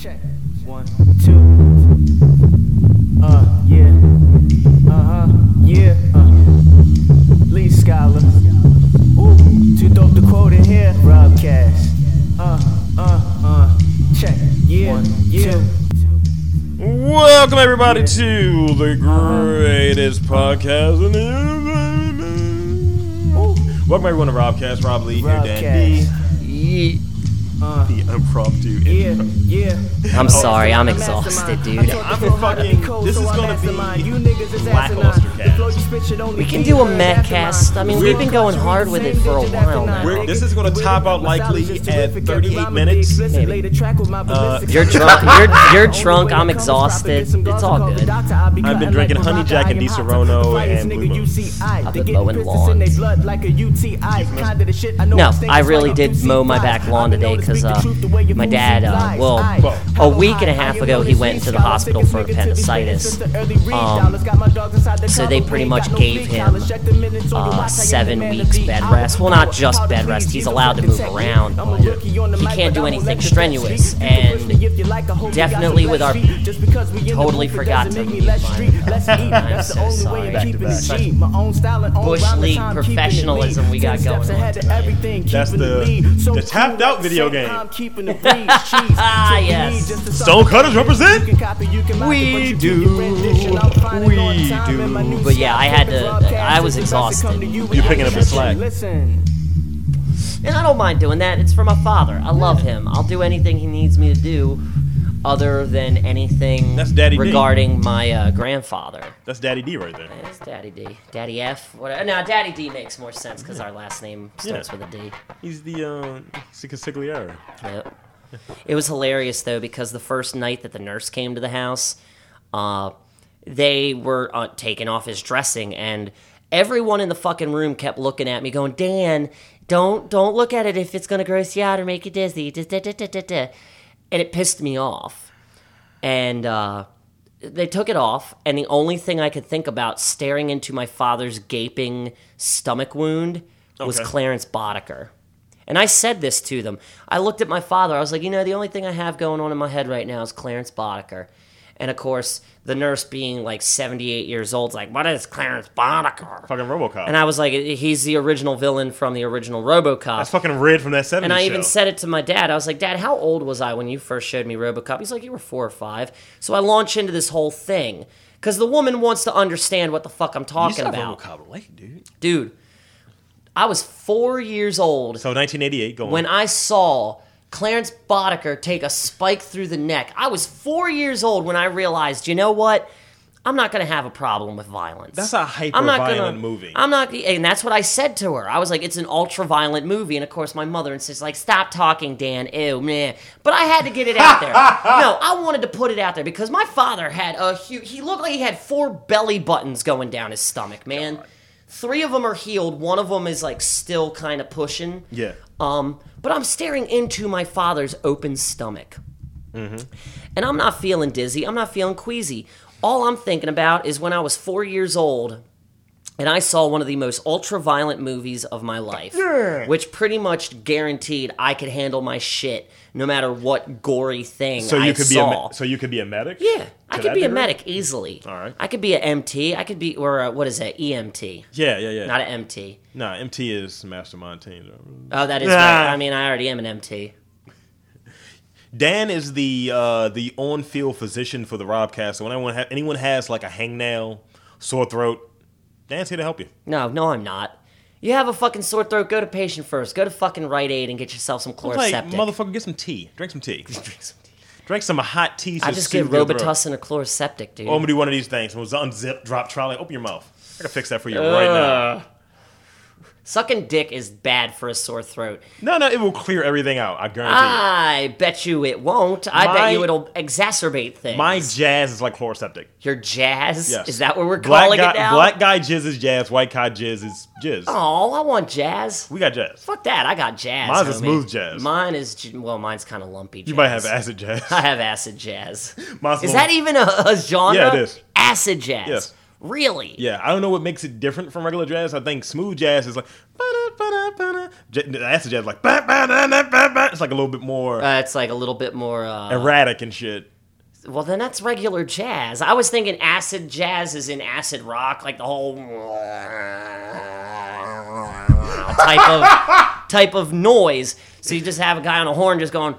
Check. One, two. Uh, yeah. Uh huh. Yeah. Uh. Lee Scholar. Ooh. Too dope to quote in here. Rob Cash. Uh, uh, uh. Check. Yeah. yeah. Welcome everybody to the greatest podcast in the universe. Welcome everyone to Robcast. Rob Lee Rob here, Dan Cash. D. Yeah. Uh, The impromptu yeah. intro. Oh, Yeah. I'm sorry, I'm a exhausted, mastermind. dude. I I'm told you how to fucking- be cold, this so is I gonna be mastermind. You niggas is lackluster asinine. The cast. flow you spit should only We can be do a heard Matt after cast. I mine. mean, Same we've been going digits hard with it after for a nine. while now. We're- this is gonna top out likely Misogynistic, at terrific, 38 every minutes. Uh, rhyme is explicit. Maybe. Lay the track with my ballistic- You're drunk. You're you're drunk. I'm exhausted. It's all good. I've been drinking Honey Jack and DiSerrano and Blue Moon. I've been mowing lawns. No, No, I really did mow my back lawn today because uh, my dad, uh, well, a week and a half ago, he went into the hospital for appendicitis. Um, so they pretty much gave him uh, seven weeks bed rest. Well, not just bed rest. He's allowed to move around, but he can't do anything strenuous. And definitely with our- totally forgot to mute my- I'm so sorry. Back to back. Bush league professionalism we got going on tonight. That's the- the tapped out video game. Ah, Yes. Stone Cutters represent. We do. We do. But yeah, I had to- I was exhausted. You're picking up the slack. Listen. And I don't mind doing that. It's for my father. I love him. I'll do anything he needs me to do, other than anything That's Daddy D. regarding my uh, grandfather. That's Daddy D right there. It's Daddy D. Daddy F. Whatever. No, Daddy D makes more sense because our last name starts Yeah. with a D. He's the um, he's the consigliere. Yep. It was hilarious though because the first night that the nurse came to the house, uh, they were uh, taking off his dressing, and everyone in the fucking room kept looking at me, going, "Dan, don't don't look at it if it's gonna gross you out or make you dizzy." da, da, da, da, da, da." And it pissed me off, and uh, they took it off, and the only thing I could think about staring into my father's gaping stomach wound was Okay. Clarence Boddicker. And I said this to them. I looked at my father. I was like, you know, the only thing I have going on in my head right now is Clarence Boddicker. And of course, the nurse being like 78 years old's like, what is Clarence Boddicker? Fucking RoboCop. And I was like, he's the original villain from the original RoboCop. That's fucking red from that 70s And I even show. said it to my dad. I was like, Dad, how old was I when you first showed me Robocop? He's like, You were four or five. So I launch into this whole thing because the woman wants to understand what the fuck I'm You talking saw about. RoboCop late, dude. Dude, I was four years old So 1988 going. when I saw Clarence Boddicker take a spike through the neck. I was four years old when I realized, you know what? I'm not going to have a problem with violence. That's a I'm not gonna- hyper-violent movie. I'm not, and that's what I said to her. I was like, "It's an ultra-violent movie," and of course, my mother insists, like, "Stop talking, Dan." Ew, man. But I had to get it out there. no, I wanted to put it out there because my father had a huge. He looked like he had four belly buttons going down his stomach, man. Three of them are healed. One of them is like still kind of pushing. yeah. Um, but I'm staring into my father's open stomach. Mm-hmm. And I'm not feeling dizzy. I'm not feeling queasy. All I'm thinking about is when I was four years old and I saw one of the most ultra violent movies of my life, which pretty much guaranteed I could handle my shit no matter what gory thing So you I could saw. be a me- so you could be a medic. yeah, I To could that be degree? a medic easily. All right. I could be a MT. I could be, or a, what is it, EMT. Yeah, yeah, yeah. Not an MT. nah, MT is mastermind team. Oh, that is Nah. right. I mean, I already am an MT. Dan is the uh, the on field physician for the Robcast. So when anyone ha- anyone has like a hangnail, sore throat, Dan's here to help you. No, no, I'm not. You have a fucking sore throat. Go to patient first. Go to fucking Rite Aid and get yourself some It's like, chloroseptic. motherfucker, get some tea. Drink some tea. Drink some hot tea. I to just get soothe your throat. Robitussin or chloroseptic, dude. I'm gonna do one of these things. I'm gonna unzip, drop trolley, open your mouth. I can fix that for you right now. Sucking dick is bad for a sore throat. No, no, it will clear everything out. I guarantee Ah. I bet you it won't. I My- bet you it'll exacerbate things. you. My jazz is like chloroseptic. Your jazz? Yes. Is that what we're Black calling guy, it now? Black guy jizz is jazz. White guy jizz is jizz. Oh, I want jazz. We got jazz. Fuck that. I got jazz. Mine's a homie. smooth jazz. Mine is, j- well, mine's kind of lumpy. You might have acid jazz. I have acid jazz. Mine's a Is little- that even a, a genre? Yeah, it is. Acid jazz. Yes. Really? Yeah, I don't know what makes it different from regular jazz. I think smooth jazz is like, "Ba-da, J- Acid jazz like "Ba, ba, da, da, ba, ba." it's like a little bit more Uh, it's like a little bit more. Uh, erratic and shit. well, then that's regular jazz. I was thinking acid jazz is in acid rock, like the whole type of type of noise. So you just have a guy on a horn just going.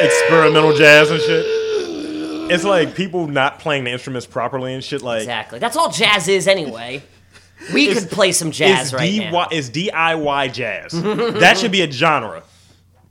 Experimental jazz and shit. It's like people not playing the instruments properly and shit. Like Exactly. That's all jazz is anyway. We could play some jazz it's, right DIY, now. it's DIY jazz. that should be a genre.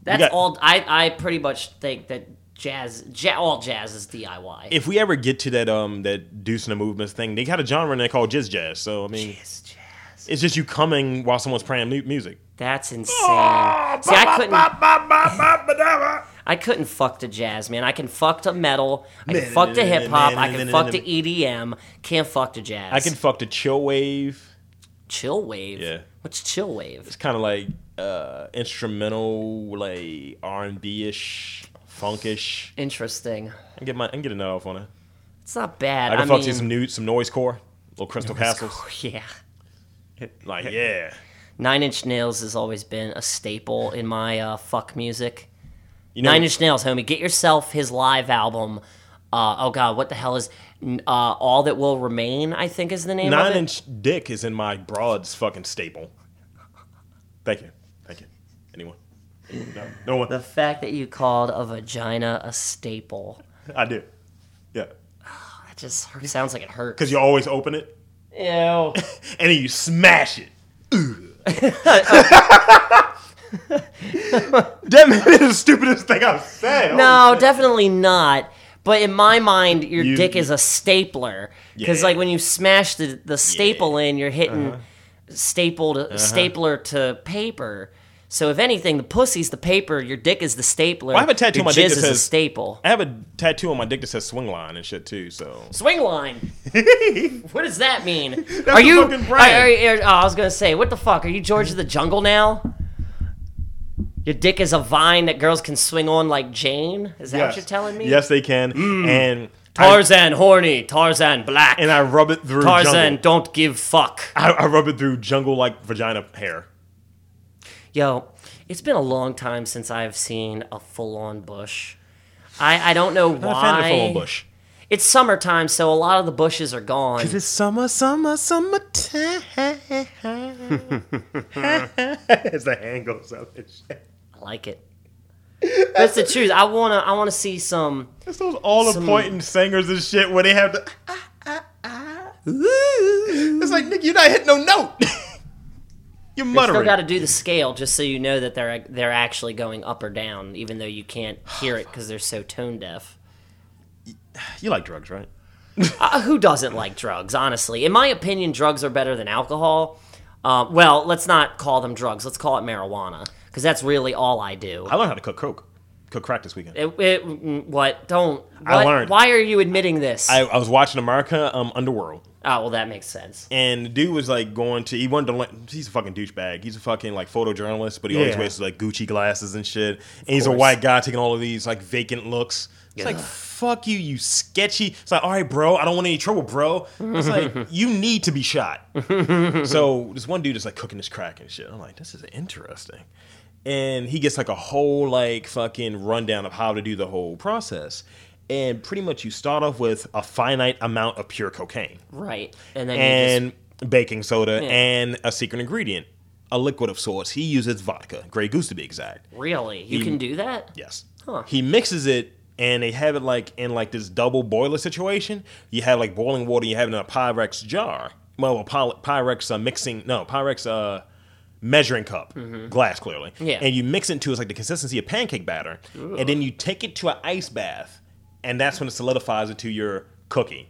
That's got- all. I, I pretty much think that jazz, ja, all jazz is DIY. If we ever get to that um that deuce and the movements thing, they got a genre in there called jizz jazz. So I mean, It's jazz. it's just you coming while someone's playing mu- music. That's insane. Ah, See, I couldn't. couldn't. I couldn't fuck to jazz, man. I can fuck to metal. I can fuck to hip hop. I can fuck to EDM. Can't fuck to jazz. I can fuck the chill wave. chill wave. Yeah. What's chill wave? It's kind of like uh, instrumental, like R and B ish, funkish. Interesting. I can get my I can get a nut off on it. It's not bad. I I, can fuck mean, to some new some noise core, little Crystal Castles. yeah. Like yeah, Nine Inch Nails has always been a staple in my uh, fuck music. you know, Nine Inch Nails, homie. Get yourself his live album. Uh, oh God, what the hell is n- uh, All That Will Remain? I think is the name of nine it. inch dick is in my broad's fucking staple. Thank you, thank you. Anyone? No, no the one. fact that you called a vagina a staple I do. Yeah, that just hurt, sounds like it hurts. because you always open it Ew. and then you smash it. Ugh. that may be the stupidest thing I've said. no, definitely not. But in my mind, your You- dick is a stapler because, Yeah. Uh-huh. like, when you smash the the staple in, you're hitting stapled stapler to paper. So if anything, the pussy's the paper, your dick is the stapler. Well, I have a tattoo your on my dick jizz that is a says- staple. I have a tattoo on my dick that says swing line and shit too. So Swing line. what does that mean? are you? fucking are- brand. are- are- oh, I was gonna say, what the fuck? Are you George of the Jungle now? Your dick is a vine that girls can swing on like Jane. Is that what you're telling me? Mm. Yes, they can. And I, Tarzan horny. Tarzan black. and I rub it through Tarzan jungle. don't give fuck. I, I rub it through jungle like vagina hair. Yo, it's been a long time since I've seen a full on bush. I, I don't know I'm why. not a fan of the full bush. It's summertime, so a lot of the bushes are gone. It's summer, summer, summertime. As the hand goes up and shit. I like it. That's the truth. I wanna I wanna see some It's those all Some- appointing singers and shit where they have the. It's like, Nick, you're not hitting no note. you're Still muttering. got to do the scale just so you know that they're they're actually going up or down, even though you can't hear it because they're so tone deaf. you like drugs, right? Uh, who doesn't like drugs? Honestly, in my opinion, drugs are better than alcohol. Uh, well, let's not call them drugs. Let's call it marijuana because that's really all I do. I learned how to cook coke. Cook crack this weekend. It- it- mm, what? Don't. I what? learned. Why are you admitting this? I, I was watching America um, Underworld. oh, well, that makes sense. And the dude was like going to he wanted to let he's a fucking douchebag. He's a fucking like photojournalist, but he always Yeah. wears like Gucci glasses and shit. And he's a course. white guy taking all of these like vacant looks. It's like Ugh. fuck you, you sketchy. It's like all right, bro, I don't want any trouble, bro. It's like you need to be shot. so this one dude is like cooking his crack and shit. I'm like, this is interesting. And he gets like a whole like fucking rundown of how to do the whole process. And pretty much you start off with a finite amount of pure cocaine Right, and then you and baking soda Yeah. and a secret ingredient, a liquid of sorts. He uses vodka, Grey Goose to be exact. just, really you can do that. Yes. Huh. He mixes it and they have it like in like this double boiler situation. You have like boiling water, you have it in a Pyrex jar. Well, a Py- Pyrex uh, mixing, no, Pyrex uh, measuring cup, glass clearly. Mm-hmm. Yeah. And you mix it into it's like the consistency of pancake batter. And then you take it to an ice bath and that's when it solidifies into your cookie.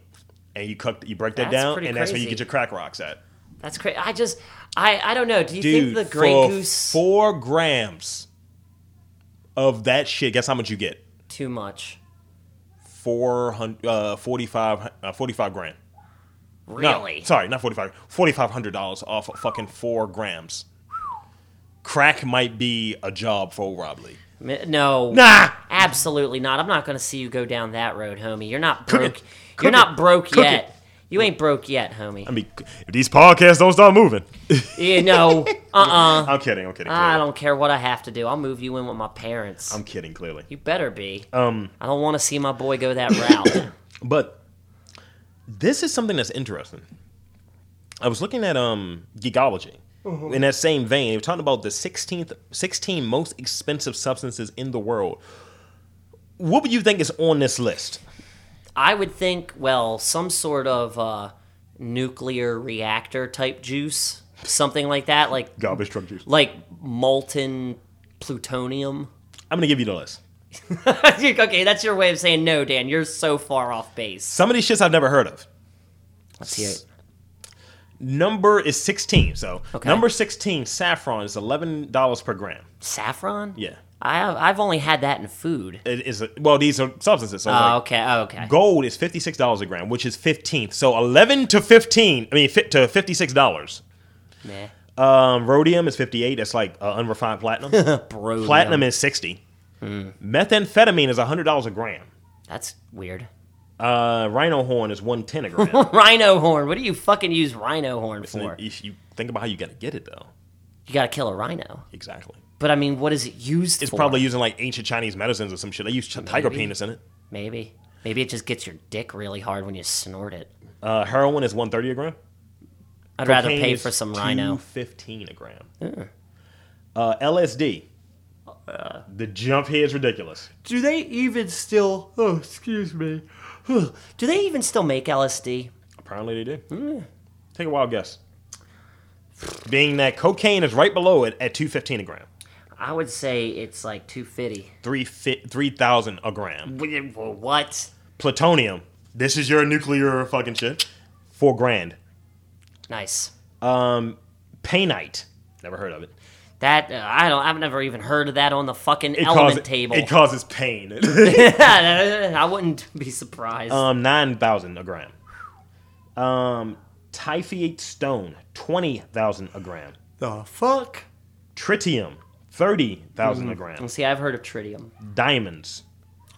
And you cook, you break that That's down, and pretty that's where you crazy. get your crack rocks at. That's crazy. I just I I don't know. Do you Dude, think the Grey for Goose four grams of that shit. Guess how much you get? too much? Four hundred, uh, forty-five, uh, forty-five grand. No, Really? sorry, not forty-five. Forty-five hundred dollars off of fucking four grams. Crack might be a job for Robley. Mi- No. Nah, Absolutely not. I'm not going to see you go down that road, homie. You're not Cook broke. it. You're Cook not it. broke Cook yet. it. You ain't broke yet, homie. I mean, if these podcasts don't start moving, You know, uh uh I'm kidding. I'm kidding. I clearly. don't care what I have to do. I'll move you in with my parents. I'm kidding. Clearly, you better be. um, I don't want to see my boy go that route. but this is something that's interesting. I was looking at um Geekology. In that same vein, they were talking about the 16th, 16 most expensive substances in the world. What would you think is on this list? I would think, well, some sort of uh, nuclear reactor type juice, something like that, like Garbage truck juice. like molten plutonium. I'm gonna give you the list. okay, that's your way of saying no, Dan. You're so far off base. Some of these shits I've never heard of. Let's hear it. Number is 16. So Okay. number 16, saffron is $11 per gram. Saffron? Yeah. I have, I've only had that in food. It is a, well, these are substances. So Oh, like, okay, oh, okay. gold is $56 a gram, which is 15th. So 11 to 15, I mean fi- to $56. Meh. Um, rhodium is 58. That's like uh, unrefined platinum. Bro. platinum is 60. Methamphetamine is $100 a gram. That's weird. Uh, rhino horn is 110 a gram. Rhino horn. What do you fucking use rhino horn So for? if you think about how you got to get it though. You gotta kill a rhino. Exactly. But I mean, what is it used It's for? probably using like ancient Chinese medicines or some shit. They use ch- tiger penis in it. Maybe. Maybe it just gets your dick really hard when you snort it. Uh, heroin is one thirty a gram. I'd rather Cocaine pay is for some rhino. $2.15 a gram. Uh, LSD. Uh. the jump here is ridiculous. Do they even still. Oh, excuse me. Do they even still make LSD? Apparently they do. Take a wild guess. Being that cocaine is right below it at two fifteen a gram, I would say it's like 250. three fi- three thousand a gram. Wh- wh- What? Plutonium. This is your nuclear fucking shit. Four grand. Nice. Um, painite. Never heard of it. That uh, I don't. I've never even heard of that on the fucking It element causes, table. It causes pain. I wouldn't be surprised. Um, nine thousand a gram. Um, typhiate stone twenty thousand a gram. the fuck? Tritium thirty thousand a Mm. gram. See, I've heard of tritium. Diamonds.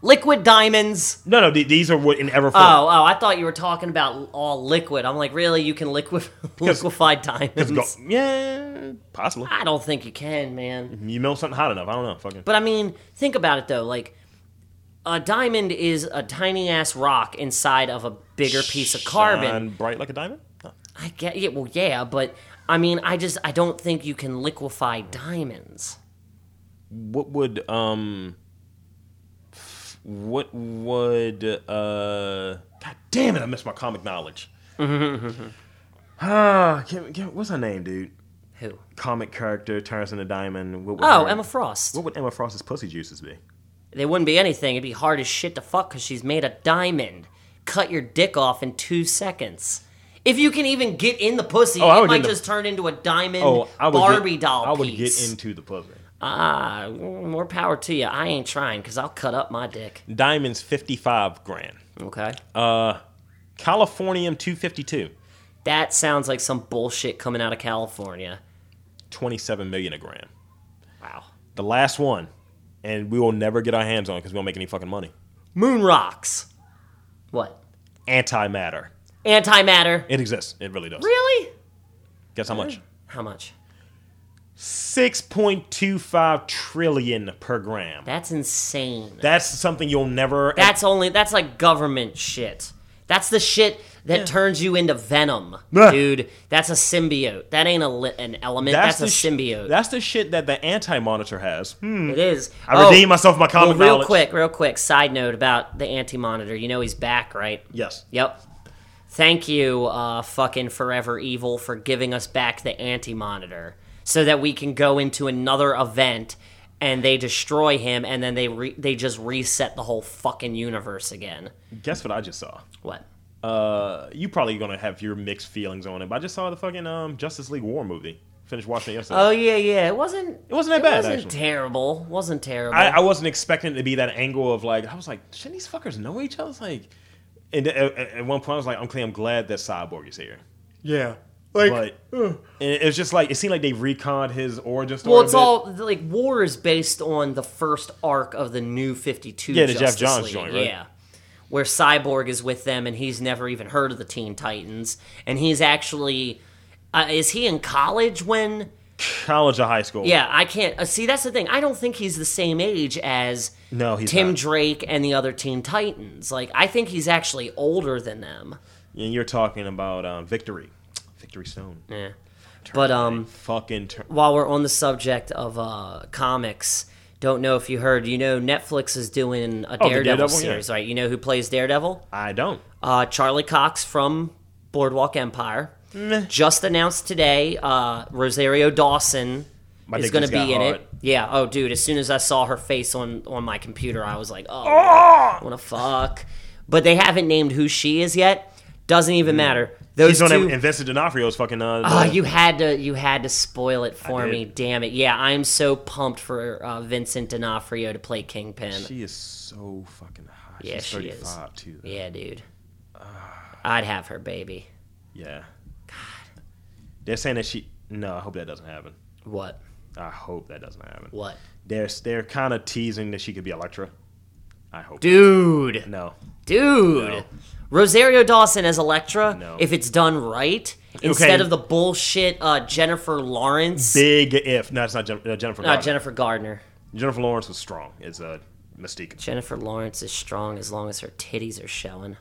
Liquid diamonds. No, no, th- these are what in ever form. Oh, oh, I thought you were talking about all liquid. I'm like, really? You can liquid liquefy diamonds? Go- yeah, possibly. I don't think you can, man. You melt something hot enough. I don't know. Fucking. But I mean, think about it though. Like, a diamond is a tiny ass rock inside of a bigger piece of carbon. Shine bright like a diamond. No. I get yeah, well, yeah, but I mean, I just I don't think you can liquefy diamonds. What would um. f- What would uh? God damn it! I missed my comic knowledge. Mm-hmm, Ah, can, can, what's her name, dude? Who? comic character turns into diamond. What would Oh, her- Emma Frost. What would Emma Frost's pussy juices be? They wouldn't be anything. It'd be hard as shit to fuck because she's made of diamond. Cut your dick off in two seconds. If you can even get in the pussy, Oh, I it would might get in the- just turn into a diamond would Barbie get, doll Oh, I would piece. get into the pussy. ah, more power to you. I ain't trying because I'll cut up my dick. Diamonds fifty five grand. Okay. Uh, Californium two fifty two. that sounds like some bullshit coming out of California. 27 million a gram. Wow. The last one, and we will never get our hands on it because we don't make any fucking money. Moon rocks. What? Antimatter. Antimatter. It exists. It really does. Really? Guess how much? How much? 6.25 trillion per gram. That's insane. That's something you'll never. e- That's only that's like government shit. That's the shit that turns you into venom, Ugh. dude. That's a symbiote. That ain't a li- an element. That's, the sh- a symbiote. that's the shit that the anti monitor has. it is. Oh. I redeemed myself my common well, real knowledge. quick, real quick. Side note about the anti-monitor. You know he's back, right? Yes. Yep. Thank you, uh, fucking Forever Evil, for giving us back the anti monitor so that we can go into another event and they destroy him and then they re- they just reset the whole fucking universe again. Guess what I just saw? What? Uh, you probably gonna have your mixed feelings on it, but I just saw the fucking um Justice League War movie. Finished watching it yesterday. Oh yeah, yeah. It wasn't. it wasn't that bad. wasn't actually. terrible. Wasn't terrible. I, I wasn't expecting it to be that angle of like I was like, shouldn't these fuckers know each other? It's like, and th- at, at one point I was like, okay, I'm glad that Cyborg is here. Yeah. Like, But and it was just like it seemed like they reconned his origin story. well, a it's bit. all like War is based on the first arc of the new Fifty Two. Yeah, the Jeff Justice Johns League. joint, right? Yeah, where Cyborg is with them and he's never even heard of the Teen Titans and he's actually uh, is he in college when College or high school? yeah I can't uh, see that's the thing I don't think he's the same age as No, he's Tim not. Drake and the other Teen Titans like I think he's actually older than them And you're talking about um, Victory, Victory Stone. yeah but um Fucking turn. while we're on the subject of uh, comics, don't know if you heard, you know, Netflix is doing a Daredevil, Oh, Daredevil, yeah. series, right? You know who plays Daredevil? I don't. Uh, Charlie Cox from Boardwalk Empire. Just announced today, uh, Rosario Dawson My is dick going to just be got in hard. it. Yeah. Oh, dude, as soon as I saw her face on, on my computer, I was like, oh, Ah! I want to fuck. But they haven't named who she is yet. Doesn't even Mm. matter. Those He's on two, that- and Vincent D'Onofrio's fucking. Uh, Oh, the- you had to you had to spoil it for did. me. Damn it! Yeah, I'm so pumped for uh, Vincent D'Onofrio to play Kingpin. She is so fucking hot. yeah, She's she is. 35 too. Yeah. Yeah, dude. I'd have her baby. They're saying that she. No, I hope that doesn't happen. What? I hope that doesn't happen. What? They're they're kind of teasing that she could be Electra. I hope. Dude, No. dude. No. Rosario Dawson as Electra. No. If it's done right, instead Okay. of the bullshit uh, Jennifer Lawrence. Big if. No, it's not Jen- uh, Jennifer. not Garner. Jennifer Gardner. Jennifer Lawrence was strong. It's a mystique. Jennifer Lawrence is strong as long as her titties are showing.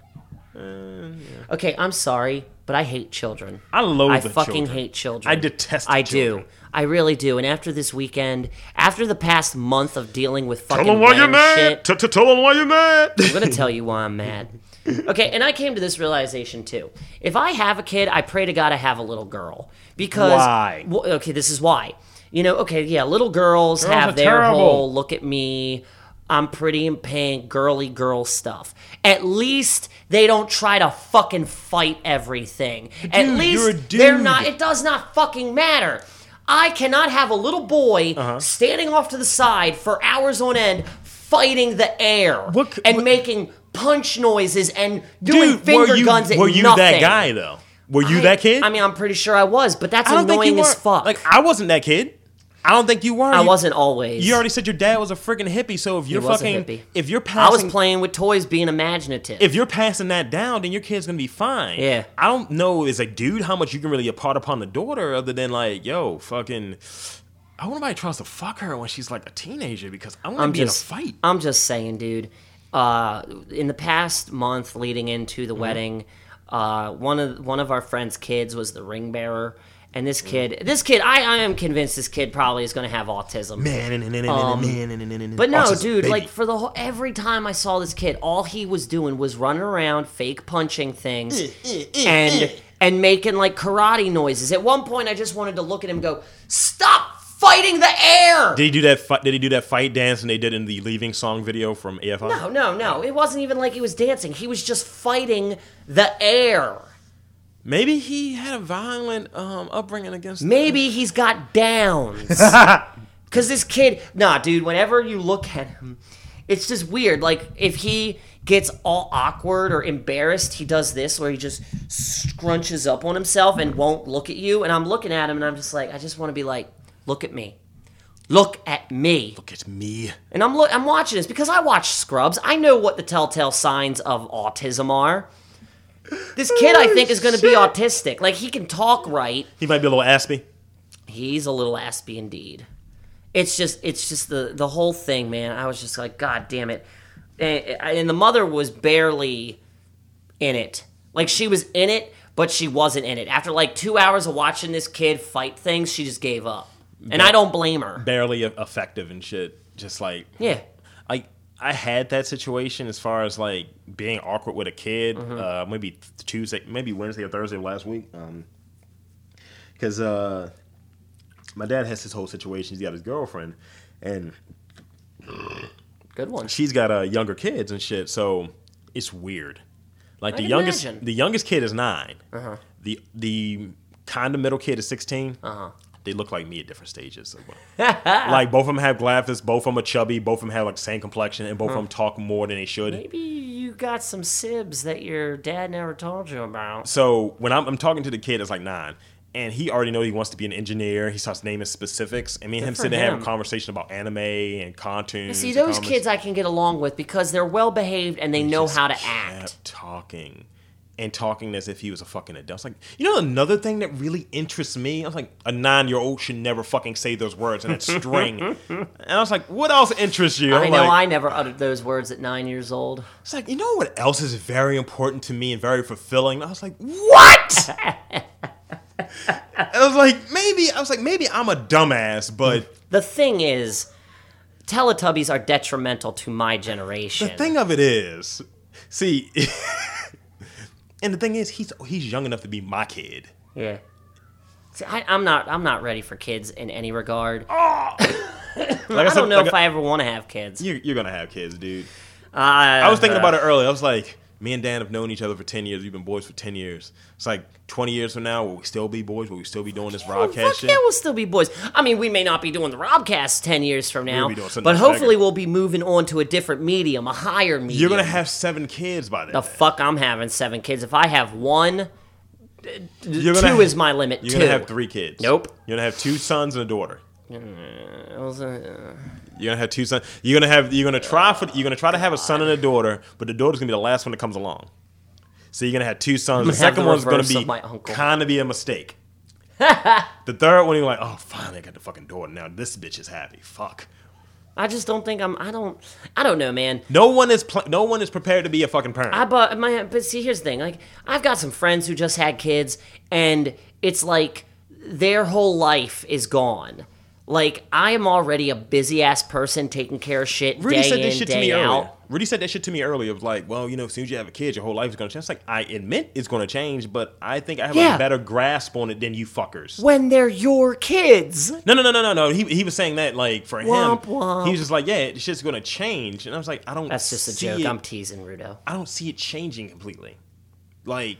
Okay, I'm sorry, but I hate children. Uh, I loathe. I the fucking children. hate children. I detest. I children. do. I really do. And after this weekend, after the past month of dealing with fucking Tell them why you're random mad. shit, T- t- Tell them why you're mad. I'm gonna tell you why I'm mad. Okay, and I came to this realization too. If I have a kid, I pray to God I have a little girl because Why? Wh- okay, this is why. You know, okay, yeah, little girls, are have their terrible. whole look at me. I'm pretty and pink, girly girl stuff. At least they don't try to fucking fight everything. At dude, least you're a they're dude. not. It does not fucking matter. I cannot have a little boy Uh-huh. standing off to the side for hours on end fighting the air What c- and what- making punch noises and doing finger were you, guns at were you nothing. that guy though? Were you that kid? I mean, I'm pretty sure I was, but that's I don't think annoying you were. as fuck. Like I wasn't that kid. I don't think you were. I You- wasn't always. You already said your dad was a freaking hippie. So if you're was a fucking, hippie. if you're I was passing, playing with toys, being imaginative. if you're passing that down, then your kid's gonna be fine. Yeah. I don't know as a dude how much you can really impart upon the daughter other than like, yo, fucking. I hope nobody tries to fuck her when she's like a teenager because I want I'm to be just in a fight. I'm just saying, dude. Uh, in the past month leading into Mm-hmm. the wedding, uh, one of one of our friends' kids was the ring bearer, and this Mm. kid, this kid, I, I am convinced this kid probably is going to have autism. Man, and- and- and- and- and- and- and- and- But no, Autism, dude, baby. like for the whole every time I saw this kid, all he was doing was running around, fake punching things, Eh, and and making like karate noises. At one point, I just wanted to look at him and go, "Stop fighting the air!" Did he do that? Fi- did he do that fight dance? And they did in the leaving song video from AFI. No, no, no. It wasn't even like he was dancing. He was just fighting the air. Maybe he had a violent um, upbringing against. Maybe he's got downs. Cause this kid, nah, dude. Whenever you look at him, it's just weird. Like if he gets all awkward or embarrassed, he does this where he just scrunches up on himself and won't look at you. And I'm looking at him, and I'm just like, I just want to be like, look at me, look at me. Look at me. And I'm look, I'm watching this because I watch Scrubs. I know what the telltale signs of autism are. This kid, I think, is going to be Oh, autistic. Like he can talk right. He might be a little aspie. He's a little aspie indeed. It's just, it's just the the whole thing, man. I was just like, God damn it! And, and the mother was barely in it. Like she was in it, but she wasn't in it. After like two hours of watching this kid fight things, she just gave up. And I don't blame her. barely e- effective and shit. Just like Yeah. like I had that situation as far as like being awkward with a kid. Uh, maybe th- Tuesday, maybe Wednesday or Thursday of last week. Um, because uh, my dad has this whole situation. He's got his girlfriend, and Good one. she's got uh, younger kids and shit. So it's weird. Like the I'd youngest, imagine. the youngest kid is 9 The the kind of middle kid is 16 They look like me at different stages. of- like both of them have glasses. Both of them are chubby. Both of them have like same complexion, and both of them talk more than they should. Maybe you got some sibs that your dad never told you about. So when I'm, I'm talking to the kid, that's like nine, and he already know he wants to be an engineer. He starts naming specifics. I mean, him for sitting there having him. a conversation about anime and cartoons. See, and those comics. kids I can get along with because they're well behaved and they know just how to kept act. Talking and talking as if he was a fucking adult. It's like, you know, another thing that really interests me. I was like, a nine-year-old should never fucking say those words in that string. and I was like, what else interests you? I I'm know like- I never uttered those words at nine years old. It's like, you know what else is very important to me and very fulfilling? And I was like, what? I was like, maybe I was like, maybe I'm a dumbass, but The thing is, Teletubbies are detrimental to my generation. the thing of it is, see, and the thing is, he's he's young enough to be my kid. yeah. See, I, I'm not. I'm not ready for kids in any regard. Like Hmm. I don't know Oh, like if I ever want to have kids. you're, you're gonna have kids, dude. I uh, I was thinking about it earlier. I was like, me and Dan have known each other for ten years. We've been boys for ten years. It's like twenty years from now, will we still be boys? Will we still be doing this Well, broadcast fuck shit? yeah, we'll still be boys. I mean, we may not be doing the Robcast ten years from now, be doing something but much hopefully bigger. we'll be moving on to a different medium, a higher medium. You're gonna have seven kids by then. the fuck. I'm having seven kids. If I have one, You're two gonna ha- is my limit. You're two. gonna have three kids. Nope. You're gonna have two sons and a daughter. I was, uh, You're gonna have two sons. You're gonna have. You're gonna try for. You're gonna try to have a son and a daughter, but the daughter's gonna be the last one that comes along. So you're gonna have two sons. The gonna have second the one's gonna reverse be of my uncle. kind of be a mistake. the third one, you're like, oh, finally I got the fucking daughter. Now this bitch is happy. Fuck. I just don't think I'm. I don't. I don't know, man. No one is. Pl- no one is prepared to be a fucking parent. I but my but see here's the thing like I've got some friends who just had kids and it's like their whole life is gone. Like I am already a busy ass person taking care of shit Rudy day said in this shit day to me out. earlier. Rudy said that shit to me earlier. Of like, well, you know, as soon as you have a kid, your whole life is gonna change. It's like I admit it's gonna change, but I think I have Yeah. a better grasp on it than you fuckers. When they're your kids, No, no, no, no, no, no. He he was saying that like for Womp, him, womp. he was just like, yeah, this shit's gonna change, and I was like, I don't. that's just a see joke. It, I'm teasing Rudo. I don't see it changing completely. Like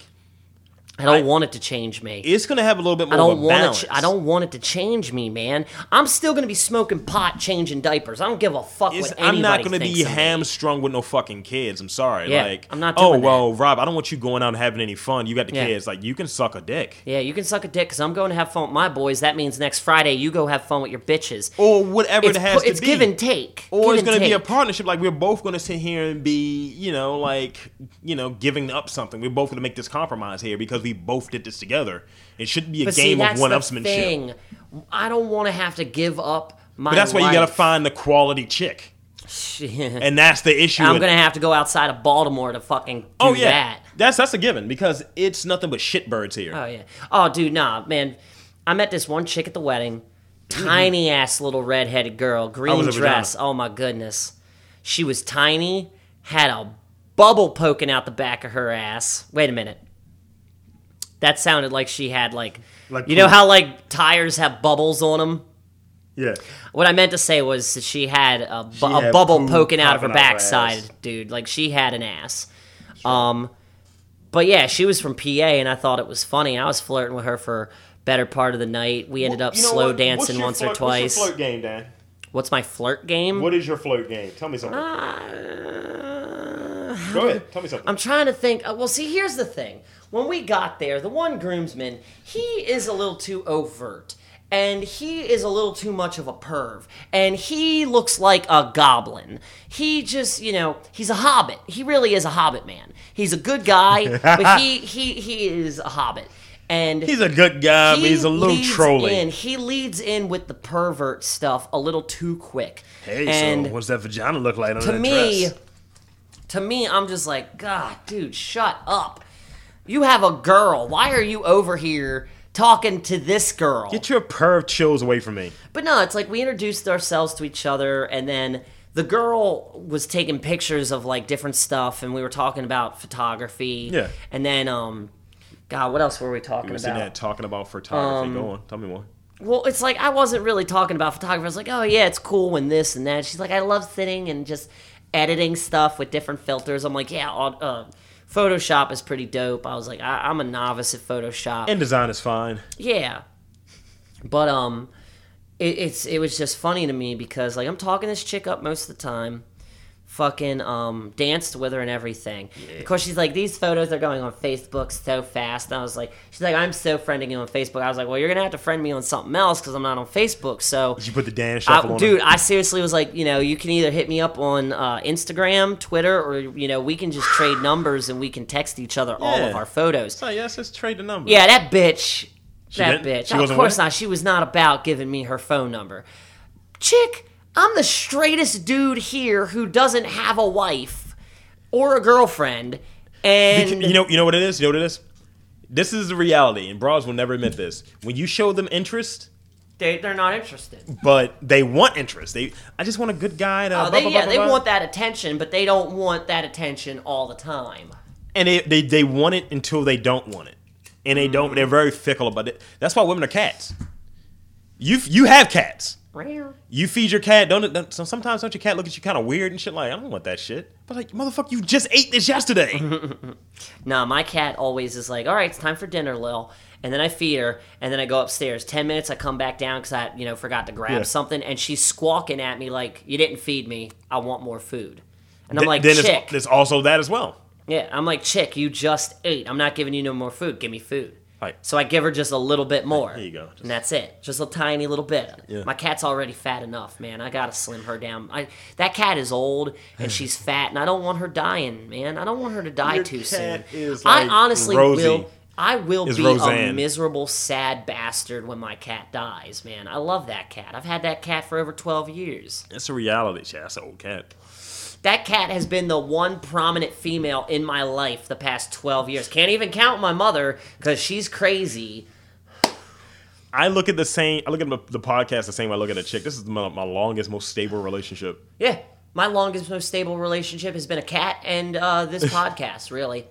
I don't I- want it to change me. it's gonna have a little bit more. I don't of a want balance. it. I don't want it to change me, man. I'm still gonna be smoking pot, changing diapers. I don't give a fuck It's- what anybody I'm not gonna thinks be of me. hamstrung with no fucking kids. I'm sorry. Yeah, like I'm not Oh doing that. well, Rob, I don't want you going out and having any fun. You got the Yeah. kids. Like you can suck a dick. Yeah, you can suck a dick because I'm going to have fun with my boys. That means next Friday you go have fun with your bitches. or whatever it's it has pu- it's to be. give and take. Or Give it's and going to be a take. partnership. Like we're both going to sit here and be, you know, like, you know, giving up something. We're both going to make this compromise here because we both did this together. It shouldn't be a But see, game of that's the one-upsmanship. thing. I don't want to have to give up my. But that's why you got to life. find the quality chick, and that's the issue. I'm with- gonna have to go outside of Baltimore to fucking do oh yeah, that. that's that's a given because it's nothing but shitbirds here. Oh yeah. Oh dude, nah, man. I met this one chick at the wedding. Tiny ass little redheaded girl, green Mm-hmm. was a dress. Oh my goodness. She was tiny, had a bubble poking out the back of her ass. Wait a minute. That sounded like she had like, Like you know poop. how like tires have bubbles on them? yeah, What I meant to say was that she had a, bu- a had bubble poo poking out of her popping out her backside, ass. dude. Like she had an ass. Um, but yeah, she was from PA, and I thought it was funny. I was flirting with her for better part of the night. We ended up slow dancing once or What's twice. your flirt game, Dan? What's my flirt game? What is your flirt game? Tell me Ah. something. Uh, Go ahead, tell me something. I'm trying to think. uh, Well, see, here's the thing. When we got there, the one groomsman, he is a little too overt. And he is a little too much of a perv. And he looks like a goblin. He just, you know, he's a hobbit. He really is a hobbit man. He's a good guy, but he he he is a hobbit. And he's a good guy, but he's a little leads trolling. In, he leads in with the pervert stuff a little too quick. Hey, and so what's that vagina look like under to that me, dress? to me, I'm just like, God, dude, shut up. You have a girl. Why are you over here talking to this girl? Get your perv chills away from me. But no, it's like we introduced ourselves to each other, and then the girl was taking pictures of like different stuff, and we were talking about photography. Yeah. And then, um, God, what else were we talking We're about? sitting there talking about Um, photography. Go on, tell me more. Well, it's like I wasn't really talking about photography. I was like, oh yeah, it's cool and this and that. She's like, I love sitting and just editing stuff with different filters. I'm like, yeah, all- uh, Photoshop is pretty dope. I was like, I- I'm a novice at Photoshop. And design is fine. yeah, but um, it- it's it was just funny to me because like I'm talking this chick up most of the time. fucking um, danced with her and everything. Because she's like, these photos are going on Facebook so fast. And I was like, she's like, I'm so friending you on Facebook. I was like, well, you're gonna have to friend me on something else because I'm not on Facebook. So Did you put the Dan I- shuffle on? dude, it? I seriously was like, you know, you can either hit me up on uh, Instagram, Twitter, or you know, we can just trade numbers and we can text each other all of Yeah. our photos. So yes, let's trade the number. Yeah, that bitch. didn't? that bitch. She Oh, of wasn't course with it? not. She was not about giving me her phone number. Chick, I'm the straightest dude here who doesn't have a wife or a girlfriend. And you know, you know what it is. You know what it is. This is the reality, and bras will never admit this. When you show them interest, they, they're not interested. but they want interest. They, I just want a good guy. To Oh, blah, they, blah, yeah, blah, they blah, blah. want that attention, but they don't want that attention all the time. and they, they they want it until they don't want it, and they don't. They're Mm. very fickle about it. That's why women are cats. You you have cats. Rare. You feed your cat. Don't, don't so sometimes don't your cat look at you kind of weird and shit? Like I don't want that shit. But like motherfucker, you just ate this yesterday. Nah, my cat always is like, all right, it's time for dinner, Lil. And then I feed her, and then I go upstairs. Ten minutes, I come back down because I, you know, forgot to grab Yeah. something, and she's squawking at me like, "You didn't feed me. I want more food." And I'm Th- like, then it's- "Chick, there's also that as well. yeah." I'm like, "Chick, you just ate. I'm not giving you no more food. Give me food." Right. So I give her just a little bit more. There you go. Just- and that's it. Just a tiny little bit. Yeah. My cat's already fat enough, man. I gotta slim her down. I, that cat is old and she's fat, and I don't want her dying, man. I don't want her to die Your too cat soon. is I like honestly Rosie. will. I will Is be a Roseanne. miserable, sad bastard when my cat dies, man. I love that cat. I've had that cat for over twelve years. It's a reality. Shit, that's an old cat. That cat has been the one prominent female in my life the past 12 years. Can't even count my mother because she's crazy. I look at the same. I look at the the podcast the same. way I look at a chick. This is my, my longest, most stable relationship. Yeah, my longest, most stable relationship has been a cat and uh, this podcast, really.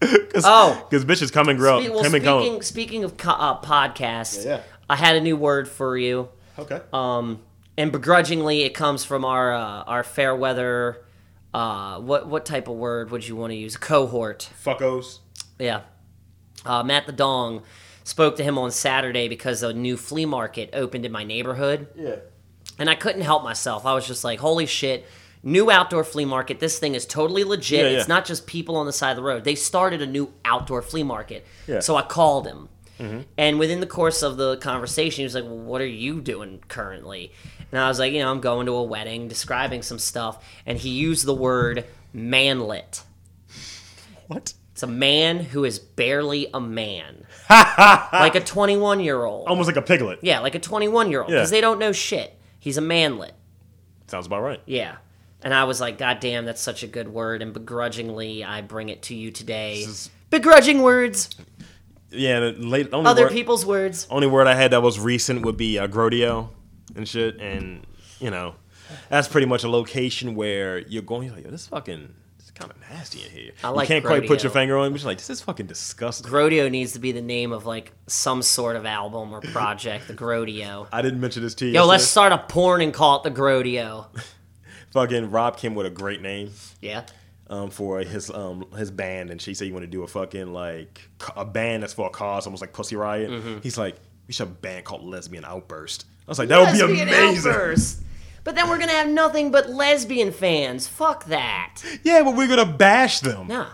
Cause, Oh. because bitches come and grow, Spe- well, come and speaking, go. speaking of co- uh, podcasts, Yeah, yeah. I had a new word for you. Okay. Um, and begrudgingly, it comes from our uh, our fair weather. Uh, what what type of word would you want to use? Cohort. Fuckos. Yeah. Uh, Matt the Dong spoke to him on Saturday because a new flea market opened in my neighborhood. Yeah. And I couldn't help myself. I was just like, holy shit, new outdoor flea market. This thing is totally legit. Yeah, yeah. It's not just people on the side of the road. They started a new outdoor flea market. Yeah. Mm-hmm. So I called him. And within the course of the conversation, he was like, well, What are you doing currently? And I was like, You know, I'm going to a wedding, describing some stuff. And he used the word manlet. What? It's a man who is barely a man. like a 21 year old. Almost like a piglet. Yeah, like a 21 year old. Oh. Yeah. Because they don't know shit. He's a manlet. Sounds about right. Yeah. And I was like, God damn, that's such a good word. And begrudgingly, I bring it to you today. is- Begrudging words, Yeah. The late, only other word, people's words. Only word I had that was recent would be uh, Grodio and shit, and you know, that's pretty much a location where you're going. You're like, Yo, this fucking. It's kind of nasty in here. I like You can't quite put Grodio. your finger on. it, But you're like, this is fucking disgusting. Grodio needs to be the name of like some sort of album or project, the Grodio. I didn't mention this to you. Yo, let's yesterday. start a porn and call it the Grodio. fucking Rob Kim with a great name. Yeah. um, for his um, his band, and she said you want to do a fucking like c- a band that's for a cause, almost like Pussy Riot. Mm-hmm. He's like, we should have a band called Lesbian Outburst. I was like, that would be Lesbian amazing. outburst. But then we're gonna have nothing but lesbian fans. Fuck that. Yeah, but we're gonna bash them. No,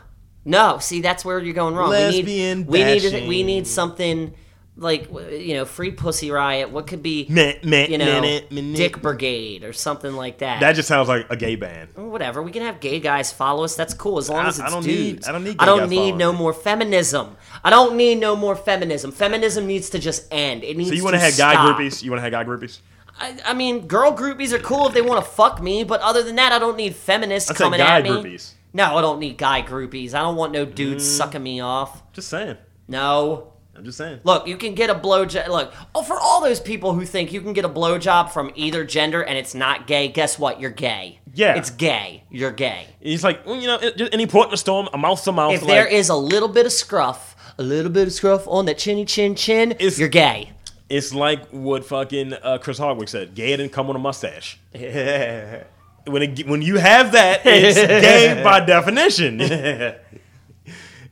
no. See, that's where you're going wrong. Lesbian we need, we need bashing. we need something like w- you know, free pussy riot. What could be Meh, meh, you know, meh, meh, meh. dick brigade or something like that. That just sounds like a gay band. Whatever. We can have gay guys follow us. That's cool as long I- as I it's don't need- dudes. I don't need I gay don't guys need following no me. more feminism. I don't need no more feminism. Feminism needs to just end. It needs. So you want to have guy stop. groupies? You want to have guy groupies? I, I mean, girl groupies are cool if they want to fuck me, but other than that, I don't need feminists I'd say coming guy at me. groupies. Mm. No, I don't need guy groupies. I don't want no dudes sucking me off. Just saying. No. I'm just saying. Look, you can get a blowjob. Look, oh, for all those people who think you can get a blowjob from either gender and it's not gay, guess what? You're gay. Yeah. It's gay. You're gay. He's like, well, you know, it- just any port in a storm, a mouth to mouth. If like, there is a little bit of scruff, a little bit of scruff on that chinny chin chin, It's- you're gay. It's like what fucking uh, Chris Hardwick said: "Gay didn't come with a mustache." when it, when you have that, it's gay by definition.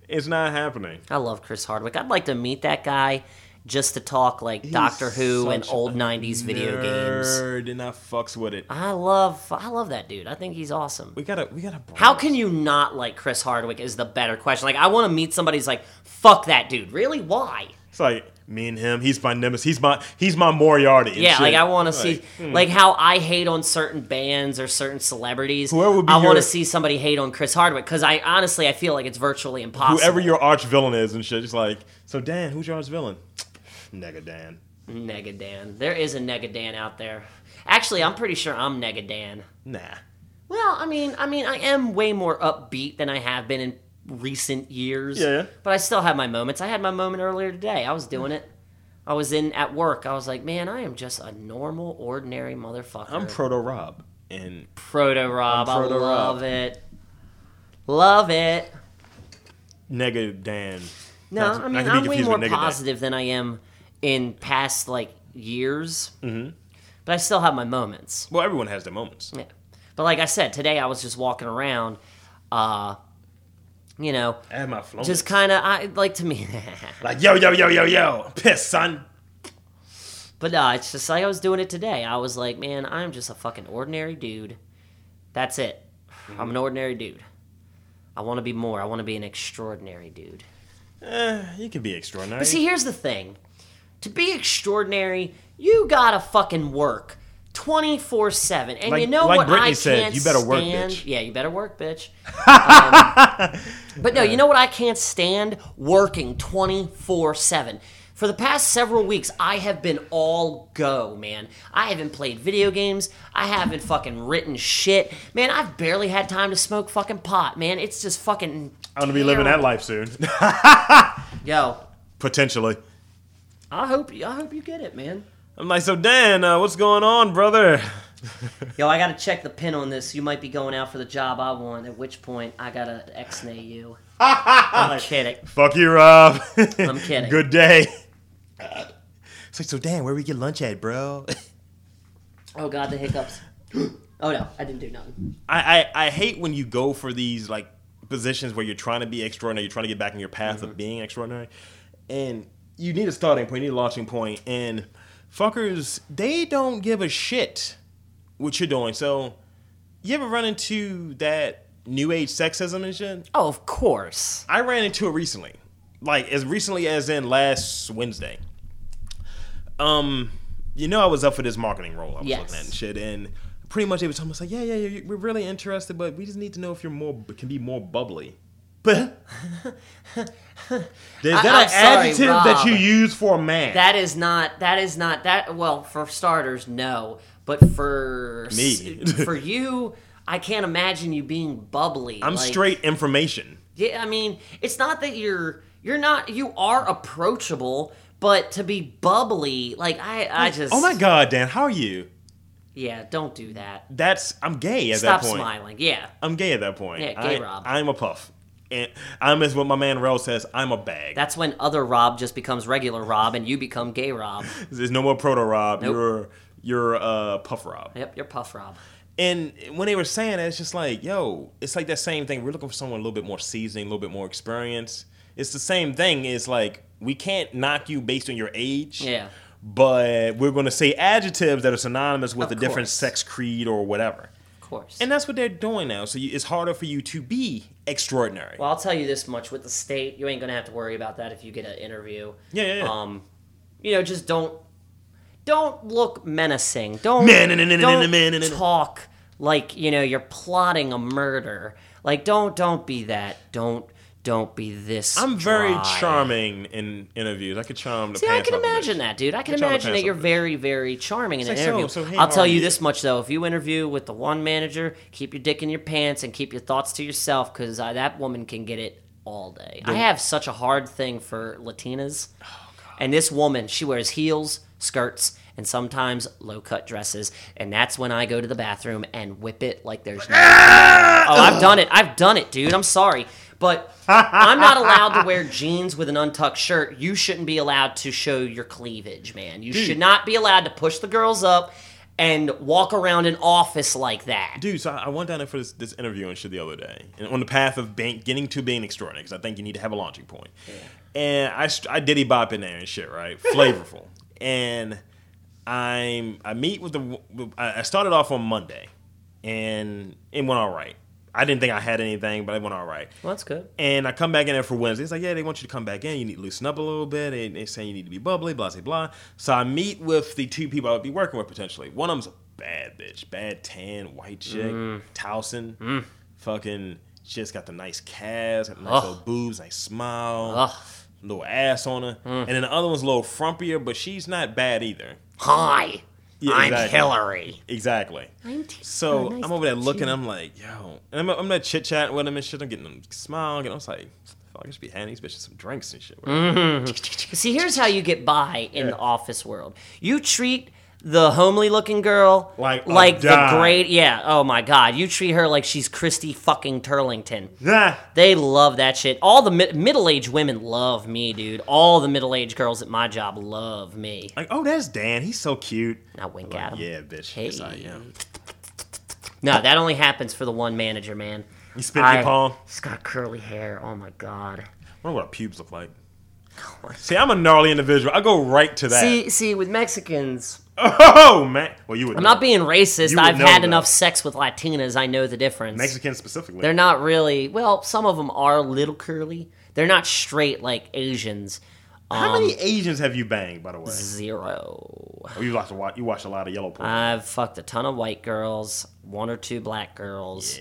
it's not happening. I love Chris Hardwick. I'd like to meet that guy just to talk like Doctor Who and old '90s video games. Nerd, and I fucks with it. I love, I love that dude. I think he's awesome. We gotta, we gotta. How can you not like Chris Hardwick? Is the better question. Like, I want to meet somebody who's like, "Fuck that dude." Really? Why? It's like me and him. He's my nemesis. He's my, he's my Moriarty. and Yeah, shit. like I want to see hmm. like how I hate on certain bands or certain celebrities. Whoever would be I want your- to see somebody hate on Chris Hardwick because I honestly I feel like it's virtually impossible. whoever your arch villain is and shit. Just like, so Dan, who's your arch villain? Nigga Dan. Negadan, there is a Negadan out there. Actually, I'm pretty sure I'm Negadan. Nah. Well, I mean, I mean, I am way more upbeat than I have been in recent years. Yeah, yeah. But I still have my moments. I had my moment earlier today. I was doing it. I was in at work. I was like, man, I am just a normal, ordinary motherfucker. I'm Proto Rob. And Proto Rob. I'm I Proto Rob. love it. Love it. Nigga Dan. No, Not to- I mean not to be I'm way confused more with Nigga Dan. positive than I am in past like years. Mm-hmm. But I still have my moments. Well, everyone has their moments. Yeah. But like I said, today I was just walking around. Uh, you know, I have my flow. just kind of I like to me. like, yo, yo, yo, yo, yo. Piss, son. but uh, it's just like I was doing it today. I was like, man, I'm just a fucking ordinary dude. That's it. I'm an ordinary dude. I want to be more. I want to be an extraordinary dude. Eh, you can be extraordinary. But see, here's the thing. To be extraordinary, you gotta fucking work 24 7. And Like- you know like what I Britney said, can't you better work, stand? bitch. Yeah, you better work, bitch. Um, but no, you know what I can't stand? Working 24 7. For the past several weeks, I have been all go, man. I haven't played video games. I haven't fucking written shit. Man, I've barely had time to smoke fucking pot, man. It's just fucking. I'm going to be living that life soon. Yo, Potentially. I hope, I hope you get it, man. I'm like, so Dan, uh, what's going on, brother? Yo, I gotta check the pin on this. You might be going out for the job I want, at which point I gotta ex-nay you. I'm kidding. Fuck you, Rob. I'm kidding. Good day. It's like, so Dan, where we get lunch at, bro? Oh god, the hiccups. Oh no, I didn't do nothing. I, I, I hate when you go for these like positions where you're trying to be extraordinary, you're trying to get back in your path of being extraordinary, and you need a starting point, you need a launching point, and fuckers they don't give a shit what you're doing. So you ever run into that new age sexism and shit? Oh, of course. I ran into it recently, like as recently as in last Wednesday. Um, you know, I was up for this marketing role. I was Yes. looking at and shit, and pretty much they were talking about like, yeah, yeah, yeah, we're really interested, but we just need to know if you're more can be more bubbly. But is I- that I'm an sorry, adjective that you Rob. use for a man? That is not. That is not. That well, for starters, no. But for s- Me. for you, I can't imagine you being bubbly. I'm like- straight information. Yeah, I mean, it's not that you're you're not you are approachable, but to be bubbly, like I I just Oh my god, Dan, how are you? yeah, don't do that. That's I'm gay at Stop that point. smiling. Yeah. I'm gay at that point. Yeah, gay I, Rob. I'm a puff. And I'm as what my man Rel says, I'm a bag. That's when other Rob just becomes regular Rob and you become gay Rob. There's no more proto Rob. Nope. You're you're uh, Puff Rob. Yep, you're Puff Rob. And when they were saying that, it's just like, yo, it's like that same thing. We're looking for someone a little bit more seasoning, a little bit more experience. It's the same thing. It's like we can't knock you based on your age. Yeah. But we're going to say adjectives that are synonymous with Of a different course. sex creed or whatever. Of course. And that's what they're doing now. So you, it's harder for you to be extraordinary. well, I'll tell you this much with the state, you ain't going to have to worry about that if you get an interview. Yeah, yeah, yeah. Um you know, just don't don't look menacing. Don't Man, and- and- and- and- and- don't and- talk like, you know, you're plotting a murder. Like don't don't be that. Don't don't be this. I'm very dry. charming in interviews. I could charm the See, I pants can off a bitch. imagine that, dude. I can Get y'all to imagine pass that you're on very, very charming in an like, so- interview. so hey, how I'll tell are you you? this much though: if you interview with the one manager, keep your dick in your pants and keep your thoughts to yourself, because that woman can get it all day. I have such a hard thing for Latinas, Oh, and this woman, she wears heels, skirts. And sometimes low cut dresses, and that's when I go to the bathroom and whip it like there's no. Ah! Oh, I've done it. I've done it, dude. I'm sorry. But I'm not allowed to wear jeans with an untucked shirt. You shouldn't be allowed to show your cleavage, man. You should not be allowed to push the girls up and walk around an office like that. Dude, so I I went down there for this, this interview and shit the other day, and on the path of being, getting to being extraordinary, because I think you need to have a launching point. And I, st- I diddy bop in there and shit, right? Flavorful. and I'm I meet with the w- I I started off on Monday, and it went all right. I didn't think I had anything, but it went all right. Well, that's good. And I come back in there for Wednesday. It's like, yeah, they want you to come back in. You need to loosen up a little bit. They, they saying you need to be bubbly, blah, blah, blah. So I meet with the two people I would be working with potentially. One of them's a bad bitch, bad tan, white chick, Mm. Towson. Fucking, she just got the nice calves, got the nice Ugh. little boobs, nice smile, Ugh. Mm. little ass on her. And then the other one's a little frumpier, but she's not bad either. Hi, Yeah, I'm exactly. Hillary. Exactly. I'm t- So oh, nice I'm over there to meet looking. you. I'm like, yo, and I'm, I'm not chit chatting with them and shit. I'm getting them smile, and I was like, fuck, I should be handing these bitches some drinks and shit. Mm. See, here's how you get by in the office world. You treat the homely looking girl Like a like the dime. great yeah, oh my god. You treat her like she's Christy fucking Turlington. Nah. They love that shit. All the mi- middle-aged women love me, dude. All the middle-aged girls at my job love me. Like, oh, that's Dan. He's so cute. Now wink Like, at 'em. yeah, bitch. Hey. Yes, I am. No, that only happens for the one manager, man. You spit in your I- palm. He's got curly hair. Oh my god. I wonder what our pubes look like. See, I'm a gnarly individual. I go right to that. See, see, with Mexicans, oh man. Well, you would. I'm not being racist. You would I've know had that. enough sex with Latinas. I know the difference. Mexican specifically. They're not really. Well, some of them are a little curly. They're not straight like Asians. How many um, Asians have you banged, by the way? Zero. Oh, you watched a lot. You watched a lot of yellow porn. I've fucked a ton of white girls, one or two black girls,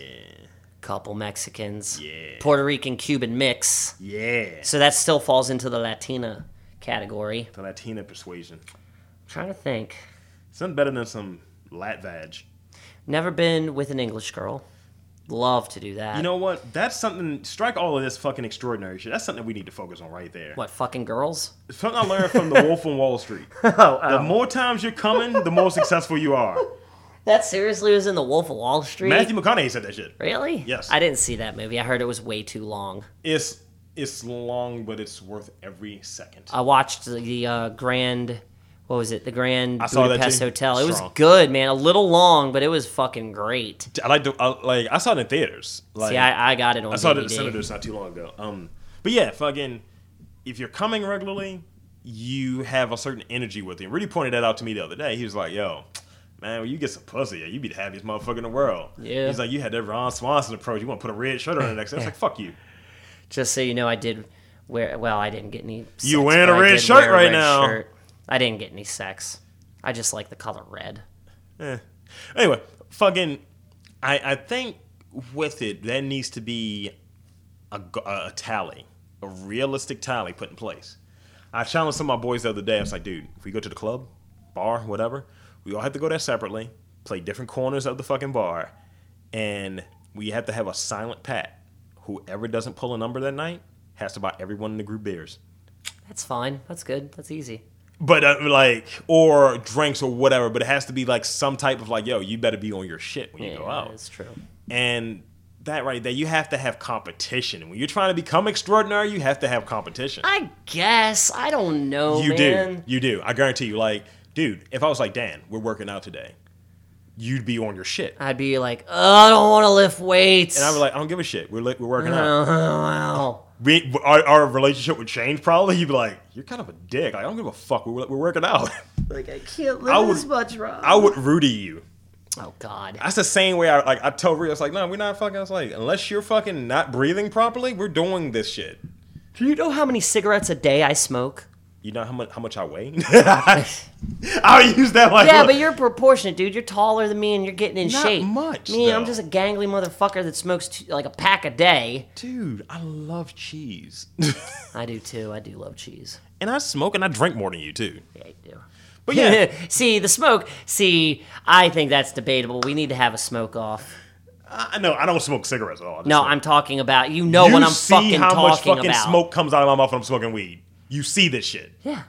couple Mexicans, Yeah. Puerto Rican Cuban mix. yeah. So that still falls into the Latina category. The Latina persuasion. I'm trying to think. Something better than some lat vag. Never been with an English girl. Love to do that. You know what? That's something. Strike all of this fucking extraordinary shit. That's something we need to focus on right there. what fucking girls? Something I learned from the Wolf on Wall Street. Oh, The more times you're coming, the more successful you are. that seriously was in the Wolf of Wall Street. Matthew McConaughey said that shit. Really? Yes. I didn't see that movie. I heard it was way too long. It's it's long, but it's worth every second. I watched the, the uh, Grand, what was it? The Grand saw that Budapest too. Hotel. It was Strong. good, man. A little long, but it was fucking great. I like the I, like I saw it in theaters. Like See, I, I got it on I saw it at the DVD. Senators not too long ago. Um, but yeah, fucking, if you're coming regularly, you have a certain energy with you. Rudy pointed that out to me the other day. He was like, "Yo, man, when you get some pussy, you be the happiest motherfucker in the world." Yeah. He's like, "You had that Ron Swanson approach. You want to put a red shirt on the next?" day." I was like, "Fuck you." Just so you know, I did wear. Well, I didn't get any. Sex, You wearing but a I red did shirt wear a right red now. shirt. I didn't get any sex. I just like the color red. Eh. Anyway, fucking, I I think with it there needs to be a, g- a tally, a realistic tally put in place. I challenged some of my boys the other day. I was like, dude, if we go to the club, bar, whatever, we all have to go there separately, play different corners of the fucking bar, and we have to have a silent pat. Whoever doesn't pull a number that night has to buy everyone in the group beers. That's fine. That's good. That's easy. But uh, like, or drinks or whatever, but it has to be like some type of like, yo, you better be on your shit when you go out that's true. and that right there you have to have competition when you're trying to become extraordinary you have to have competition I guess I don't know. you man. do you do i guarantee you like dude if i was like dan we're working out today you'd be on your shit I'd be like, oh, I don't want to lift weights. and i was like i don't give a shit we're, li- we're working out Oh, wow. we, our, our relationship would change probably you'd be like you're kind of a dick like, i don't give a fuck we're, we're working out Like I can't I live would- this much, Rob. i would rudy you oh God. that's the same way i like i told Rhea, it's like no we're not fucking i was like unless you're fucking not breathing properly we're doing this shit Do you know how many cigarettes a day I smoke? You know how much how much I weigh? I'll use that like Yeah, but you're proportionate, dude. You're taller than me, and you're getting in Not shape. much, Me, I'm though. just a gangly motherfucker that smokes two, like a pack a day. dude, I love cheese, I do too. I do love cheese. and I smoke and I drink more than you too. Yeah, I do. But yeah, see the smoke. See, I think that's debatable. We need to have a smoke off. I know I don't smoke cigarettes at all. I just No, smoke. I'm talking about you know what I'm see fucking how talking much fucking about. smoke comes out of my mouth when I'm smoking weed. You see this shit. Yeah.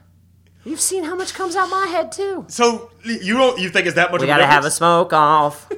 You've seen how much comes out my head too. So you don't you think it's that much? We of a gotta have a difference? smoke off.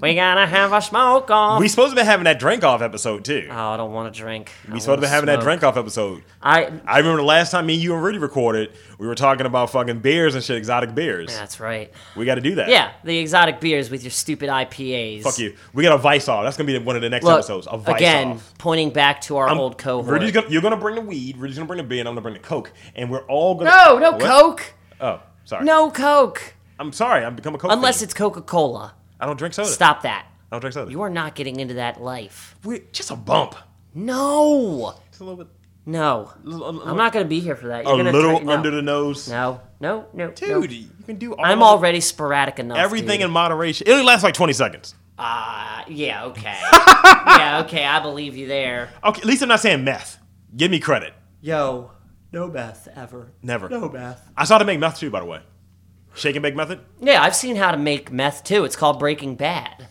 we gotta have a smoke off. We supposed to be having that drink off episode too. oh, I don't want to drink. we supposed to be having that drink off episode. I. I remember the last time me, you, and Rudy recorded, we were talking about fucking beers and shit, exotic beers. That's right. We got to do that. Yeah, the exotic beers with your stupid IPAs. Fuck you. We got a vice off. That's gonna be one of the next Look, episodes. A vice again, off. pointing back to our I'm- old cohort. Rudy's gonna, you're gonna bring the weed. Rudy's gonna bring the beer, and I'm gonna bring the coke, and we're all gonna. no, no What? Coke. Oh, sorry. No Coke. I'm sorry. I've become a coke. Unless fiend. it's Coca Cola. I don't drink soda. Stop that. I don't drink soda. You are not getting into that life. we just a bump. No. Just a little bit. No. I'm not going to be here for that. You're A gonna little try- no. under the nose. No. No. No. no. Dude, you can do all I'm of already sporadic enough. everything dude. in moderation. It only lasts like 20 seconds. Uh, yeah, okay. yeah, okay, I believe you there. Okay, at least I'm not saying meth. Give me credit. Yo, no meth ever. Never. meth. I saw to make meth too, by the way. Shake and bake method. Yeah, I've seen how to make meth too. It's called Breaking Bad.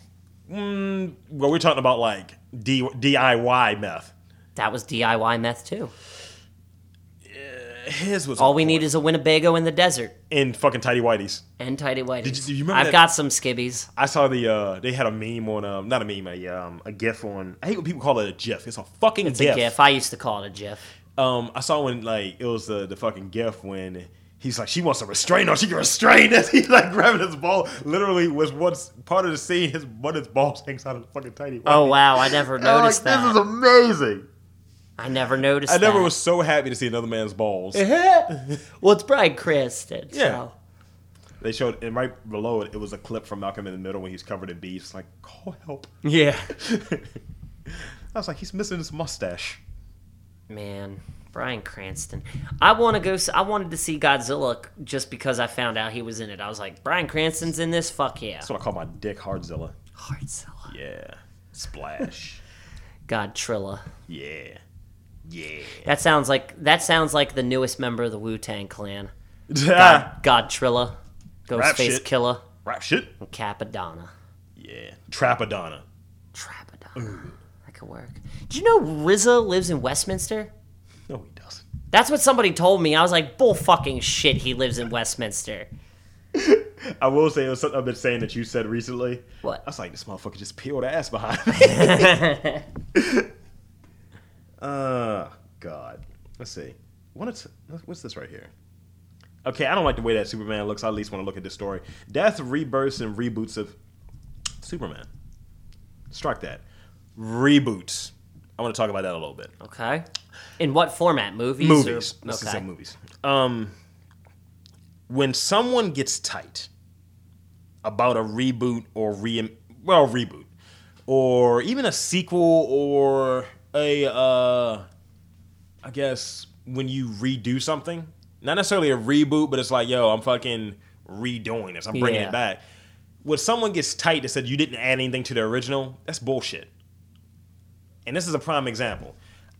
Well, we're talking about like D- DIY meth. That was DIY meth too. His was All we need is a Winnebago in the desert in fucking tidy whities. and tidy whities. Did you- do you remember I've that- got some skibbies. I saw the uh they had a meme on um not a meme a um a gif on I hate when people call it a gif it's a fucking It's gif. a GIF. I used to call it a GIF. Um, I saw when like it was the the fucking gif when he's like she wants to restrain her she can restrain us he's like grabbing his ball literally was once part of the scene his one of his balls hangs out of the fucking tiny. Oh wow, I never I'm like, noticed this that. is amazing. I never noticed. I never that. was so happy to see another man's balls. well, it's Brian Cranston. Yeah. so. They showed, and right below it, it was a clip from Malcolm in the Middle when he's covered in bees. It's like, call help. Yeah. I was like, he's missing his mustache. Man, Brian Cranston. I want to go. s- I wanted to see Godzilla c- just because I found out he was in it. I was like, Brian Cranston's in this. Fuck yeah. That's what I call my dick Hardzilla. Godzilla. Yeah. Splash. Godtrilla. yeah. Yeah. That sounds like that sounds like the newest member of the Wu Tang Clan. Godtrilla, Rap Ghostface shit. Killer, Rap shit. and Capadonna. Yeah. Trapadonna. Trapadonna. That could work. Do you know RZA lives in Westminster? No, he doesn't. That's what somebody told me. I was like, bull fucking shit. He lives in Westminster. I will say it was something I've been saying that you said recently. What? I was like, this motherfucker just peeled ass behind me. uh, God. Let's see. What is, what's this right here? Okay, I don't like the way that Superman looks. I at least want to look at this story. Death, rebirths, and reboots of Superman. Strike that. Reboots. I want to talk about that a little bit. Okay. In what format? Movies? or- Movies. Let's just say okay. movies. Um, when someone gets tight about a reboot or re well reboot or even a sequel or a uh, I guess when you redo something, not necessarily a reboot, but it's like yo, I'm fucking redoing this. I'm bringing Yeah. it back. When someone gets tight that said you didn't add anything to the original, that's bullshit and this is a prime example.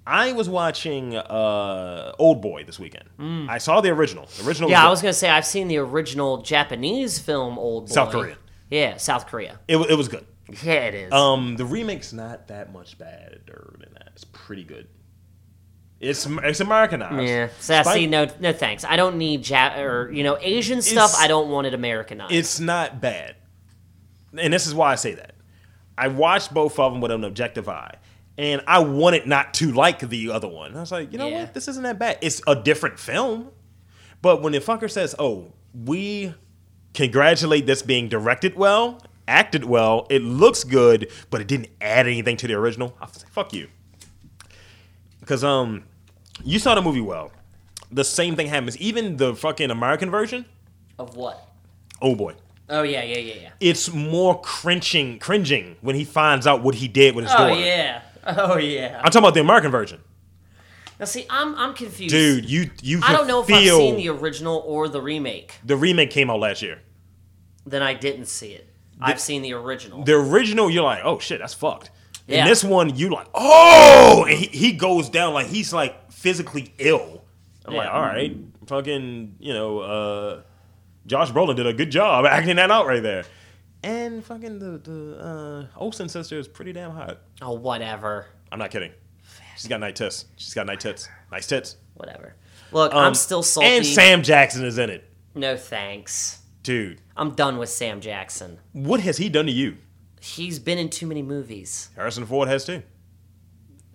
I was watching uh, Old Boy this weekend. I saw the original. The original. Mm. Yeah, I was was good. gonna say I've seen the original Japanese film Old Boy. South Korean. Yeah, South Korea. It, wa- it was good. Yeah, it is. Um, the remake's not that much better than that. It's pretty good. It's it's Americanized. yeah, so Spike- see, no, no, thanks. I don't need Jap or you know Asian stuff. It's- I don't want it Americanized. It's not bad. And this is why I say that. I watched both of them with an objective eye. And I wanted not to like the other one. I was like, you know Yeah. what? This isn't that bad. It's a different film. But when the fucker says, oh, we congratulate this being directed well, acted well, it looks good, but it didn't add anything to the original, I was like, fuck you. Because um, you saw the movie well. The same thing happens. Even the fucking American version, of what? oh boy Oh yeah, yeah, yeah, yeah. it's more cringing, cringing when he finds out what he did with his Oh daughter. yeah, oh yeah. I'm talking about the American version, Now see, I'm I'm confused, dude. You you I can don't know if feel I've seen the original or the remake. the remake came out last year. Then I didn't see it. I've seen the original. The original, you're like, oh shit, that's fucked. Yeah. And this one, you like, oh, and he, he goes down like he's like physically ill. I'm like, Yeah. all right, fucking, you know, uh, Josh Brolin did a good job acting that out right there. And fucking the the uh, Olsen sister is pretty damn hot. oh whatever. I'm not kidding. She's got nice tits. She's got nice tits. Nice tits. Whatever. Look, I'm Um, still salty. And Sam Jackson is in it, No thanks. dude. I'm done with Sam Jackson. What has he done to you? He's been in too many movies. Harrison Ford has too.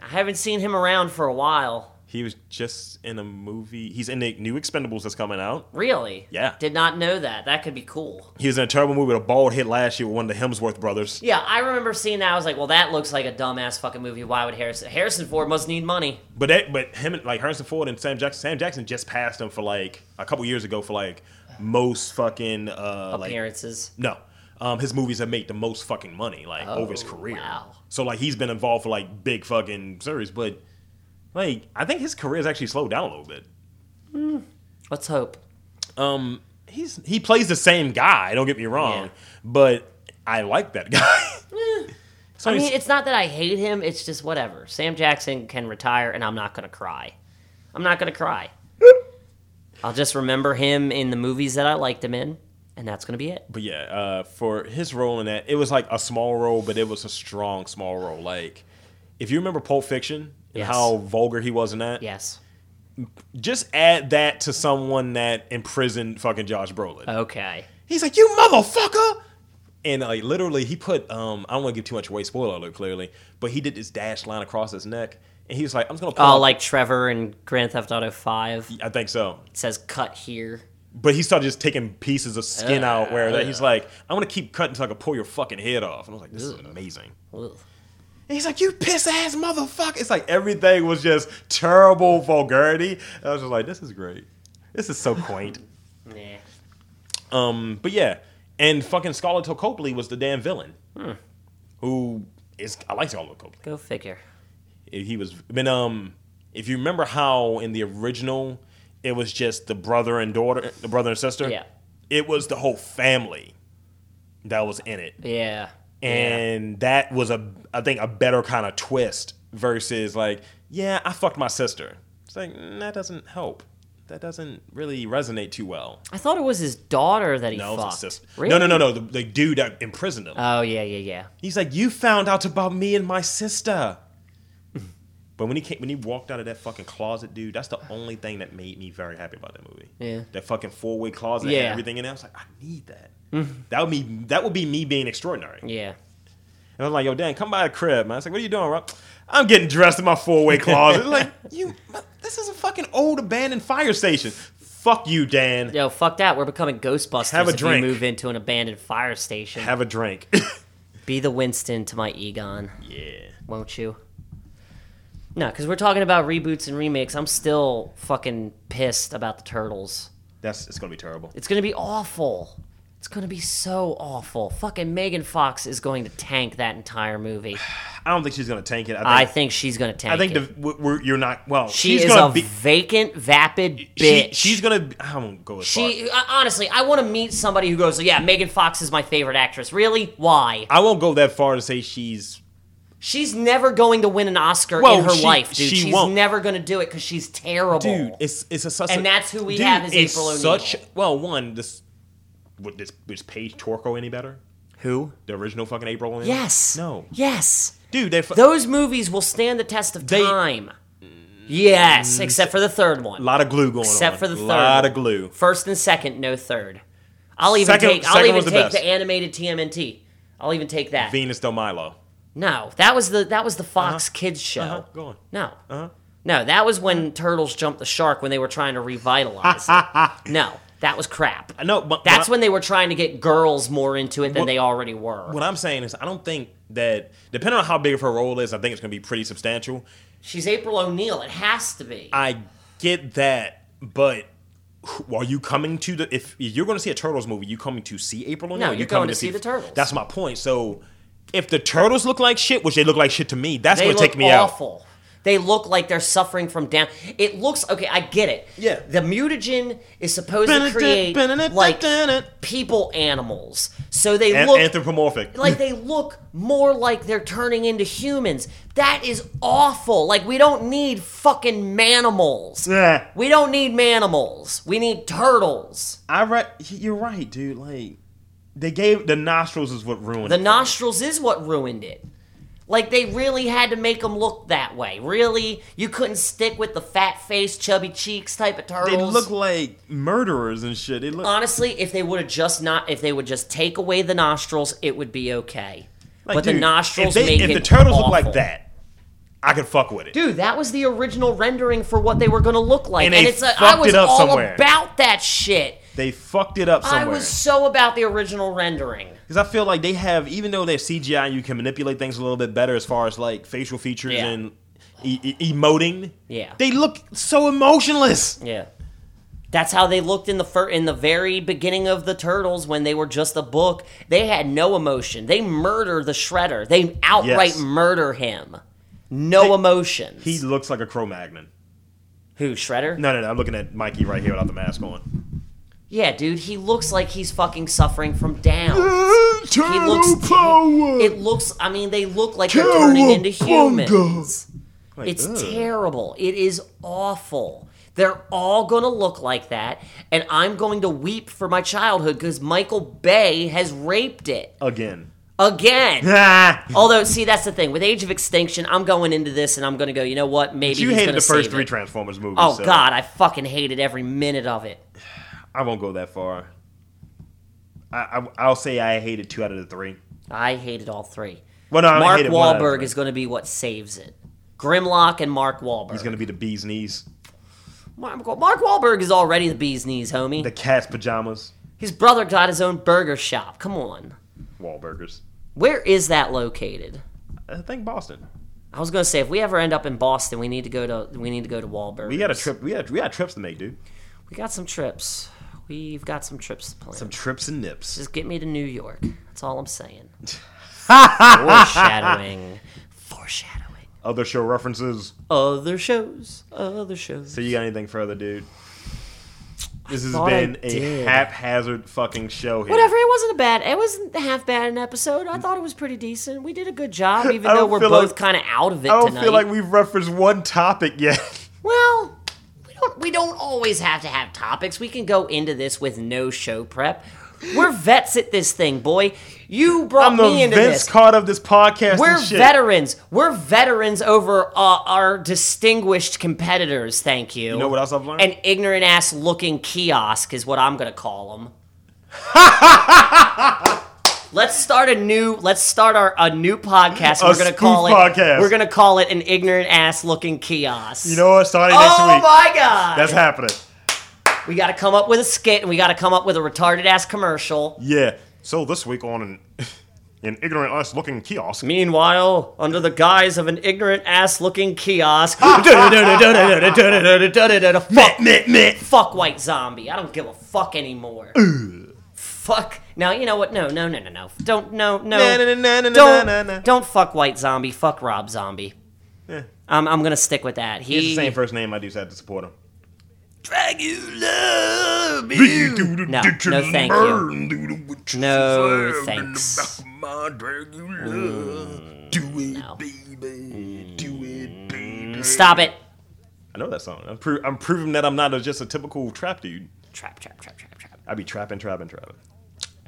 I haven't seen him around for a while. He was just in a movie. He's in the new Expendables that's coming out. Really? Yeah. Did not know that. That could be cool. He was in a terrible movie with a bald hit last year with one of the Hemsworth brothers. Yeah, I remember seeing that. I was like, well, that looks like a dumbass fucking movie. Why would Harrison? Harrison Ford must need money. But that, but him, and like Harrison Ford and Sam Jackson. Sam Jackson just passed him for like a couple years ago for like most fucking uh, like Appearances. No. Um, his movies have made the most fucking money, like over his career. Oh, wow. So like he's been involved for like big fucking series, but like I think his career's actually slowed down a little bit. Let's hope. Um, he's he plays the same guy. Don't get me wrong, Yeah. Eh. but I like that guy. so I mean, he's- it's not that I hate him. It's just whatever. Sam Jackson can retire, and I'm not gonna cry. I'm not gonna cry. I'll just remember him in the movies that I liked him in, and that's gonna be it. but yeah, uh, for his role in that, it was like a small role, but it was a strong small role. Like if you remember Pulp Fiction and Yes. how vulgar he was in that, Yes. just add that to someone that imprisoned fucking Josh Brolin. Okay. He's like, "You motherfucker!" And like literally, he put um I don't want to give too much away. Spoiler alert, clearly, but he did this dash line across his neck, and he was like, "I'm just gonna." Pull Oh, out- like Trevor in Grand Theft Auto Five I think so. It says "cut here." But he started just taking pieces of Uh, skin out. Where that he's like, "I'm gonna keep cutting until I can pull your fucking head off." And I was like, "This is amazing." Ugh. And he's like, "You piss ass motherfucker!" It's like everything was just terrible vulgarity. And I was just like, "This is great. This is so quaint." Nah. Um, but yeah, and fucking Scarlett Copley was the damn villain, Hmm. who is I like Scarlett Copley. Go figure. He was, I mean, um, if you remember how in the original it was just the brother and daughter, the brother and sister. Yeah. it was the whole family that was in it, Yeah. and that was a I think a better kind of twist versus like, yeah, I fucked my sister. It's like mm, that doesn't help. That doesn't really resonate too well. I thought it was his daughter that he No, it was fucked. his sister. Really? No, no, no, no. The, the dude that imprisoned him. Oh yeah, yeah, yeah. He's like, you found out about me and my sister. but when he came, when he walked out of that fucking closet, dude, that's the only thing that made me very happy about that movie. Yeah. That fucking four way closet and Yeah. Mm-hmm. everything in there. I was like, I need that. that would be that would be me being extraordinary. Yeah. And I'm like, yo, Dan, come by the crib, man. I was like, what are you doing, Rob? I'm getting dressed in my four way closet. like, you, this is a fucking old abandoned fire station. Fuck you, Dan. Yo, fuck that. We're becoming Ghostbusters Have a if drink. we move into an abandoned fire station. Have a drink. Be the Winston to my Egon, yeah. won't you? No, because we're talking about reboots and remakes. I'm still fucking pissed about the Turtles. That's it's gonna be terrible. It's gonna be awful. It's gonna be so awful. Fucking Megan Fox is going to tank that entire movie. I don't think she's gonna tank it. I think she's gonna tank. I think it. the, we're, we're- you're not. Well, she she's is gonna a be. vacant, vapid She, bitch. she's gonna. be- I won't go as She far. uh, honestly, I want to meet somebody who goes, "Yeah, Megan Fox is my favorite actress." Really? Why? I won't go that far to say she's. She's never going to win an Oscar Well, in her she- life, dude. she she's won't. never going to do it because she's terrible. Dude, it's it's a such. And a- that's who we dude, have is it's April O'Neil. Such well, one this. Would this was Paige Torco any better? who? The original fucking April O'Neil. Yes. No. Yes. Dude, they. fu- Those movies will stand the test of They- time. Yes, except for the third a one. lot of glue going on. Except for the A third. lot of glue. First and second, no third. I'll even Second- take. I'll second even was the take best. the animated TMNT. I'll even take that. Venus Del Milo. No, that was the that was the Fox Kids show. Uh-huh, go on. No. No, that was when turtles jumped the shark when they were trying to revitalize it. No, that was crap. I know, but That's when. when they were trying to get girls more into it than they already were. What I'm saying is, I don't think that depending on how big of her role is, I think it's going to be pretty substantial. She's April O'Neil. It has to be. I get that, but who- are you coming to the if you're going to see a Turtles movie, you coming to see April O'Neil? No, You you're coming going to see the Turtles. That's my point. So if the Turtles look like shit, which they look like shit to me, that's they going to look take me out. awful. They look like they're suffering from down. It looks okay. I get it. Yeah. The mutagen is supposed to create like people animals, so they An- look anthropomorphic. like they look more like they're turning into humans. That is awful. Like we don't need fucking manimals. Yeah. We don't need manimals. We need turtles. I re- you're right, dude. Like they gave the nostrils is what ruined The it. nostrils is what ruined it. Like they really had to make them look that way. Really, you couldn't stick with the fat face, chubby cheeks type of turtles. They look like murderers and shit. They look. Honestly, if they would have just not, if they would just take away the nostrils, it would be okay. like, but the dude, nostrils If, make if it the turtles look like awful. that, I could fuck with it. Dude, that was the original rendering for what they were going to look like, And and, they it's like, I fucked was it up all somewhere. about that shit. They fucked it up somewhere. I was so about the original rendering. Because I feel like they have, even though they're CGI, and you can manipulate things a little bit better as far as like facial features Yeah. and e- e- emoting. Yeah. they look so emotionless. Yeah. That's how they looked in the fir- in the very beginning of the Turtles when they were just a book. They had no emotion. They murder the Shredder. They outright Yes. murder him. No emotions. He looks like a Cro-Magnon. Who Shredder? No, no, no. I'm looking at Mikey right here without the mask on. Yeah, dude, he looks like he's fucking suffering from down. He Turtle looks. It looks. I mean, they look like they're turning into Cowabunga. humans. Like, It's ugh. terrible. It is awful. They're all going to look like that, and I'm going to weep for my childhood because Michael Bay has raped it again. again. Ah, Although, see, that's the thing with Age of Extinction. I'm going into this, and I'm going to go. You know what? Maybe you he's hated gonna the first save three it. Transformers movies. Oh so God, I fucking hated every minute of it. I won't go that far. I, I will say I hated two out of the three. I hated all three. Well, no, I Mark hated one out of Wahlberg three. is going to be what saves it. Grimlock and Mark Wahlberg. He's gonna be the bee's knees, Mark, Mark Wahlberg is already the bee's knees, homie. the cat's pajamas, His brother got his own burger shop. Come on. Wahlburgers. Where is that located? I think Boston. I was going to say if we ever end up in Boston, we need to go to we need to go to Wahlberg. We got a trip. We got we got trips to make, dude. We got some trips. We've got some trips to plan. Some trips and nips. Just get me to New York. That's all I'm saying. Foreshadowing. Foreshadowing. Other show references. Other shows. Other shows. So you got anything further, dude? This has thought I been a did. haphazard fucking show here. Whatever. It wasn't a bad. It wasn't half bad an episode. I thought it was pretty decent. We did a good job, even I though don't we're feel both like- kind of out of it I don't tonight. feel like we've referenced one topic yet. well, we don't. We don't always have to have topics. We can go into this with no show prep. We're vets at this thing, boy. You brought I'm me the into Vince this. card of this podcast. We're and shit. veterans. We're veterans over uh, our distinguished competitors. Thank you. You know what else I've learned? An ignorant ass looking kiosk is what I'm gonna call them. let's start a new. Let's start our a new podcast. A we're gonna call it. spoof podcast. We're gonna call it an ignorant ass looking kiosk. You know what? Starting next Oh week. my god! That's happening. we gotta come up with a skit and we gotta come up with a retarded ass commercial. Yeah. So this week on an, an ignorant us looking kiosk. Meanwhile, under the guise of an ignorant ass looking kiosk, Ah, Meh, meh, meh. fuck white zombie. I don't give a fuck anymore. Fuck. Now you know what? No, no, no, no, no. Don't no no. Na, na, na, na, na, don't na, na. don't fuck white zombie. Fuck Rob zombie. I'm I'm gonna stick with that. He It's the same first name. I just had to support him. Dracula. No, No, no, thank you. No, thanks. No. Stop it. I know that song. I'm, pro- I'm proving that I'm not a, just a typical trap dude. Trap trap trap trap trap. I be trapping, trapping, trapping.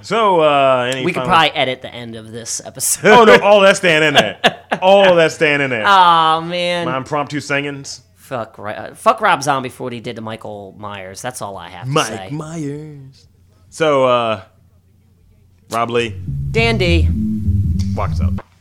So, uh, any We could final- probably edit the end of this episode. Oh no! All that staying in there. All that staying in there. Aw man. My impromptu singings. Fuck Ro- uh, fuck Rob Zombie for what he did to Michael Myers. That's all I have to say. Myers. So, uh, Rob Lee, Dandy. walk us out.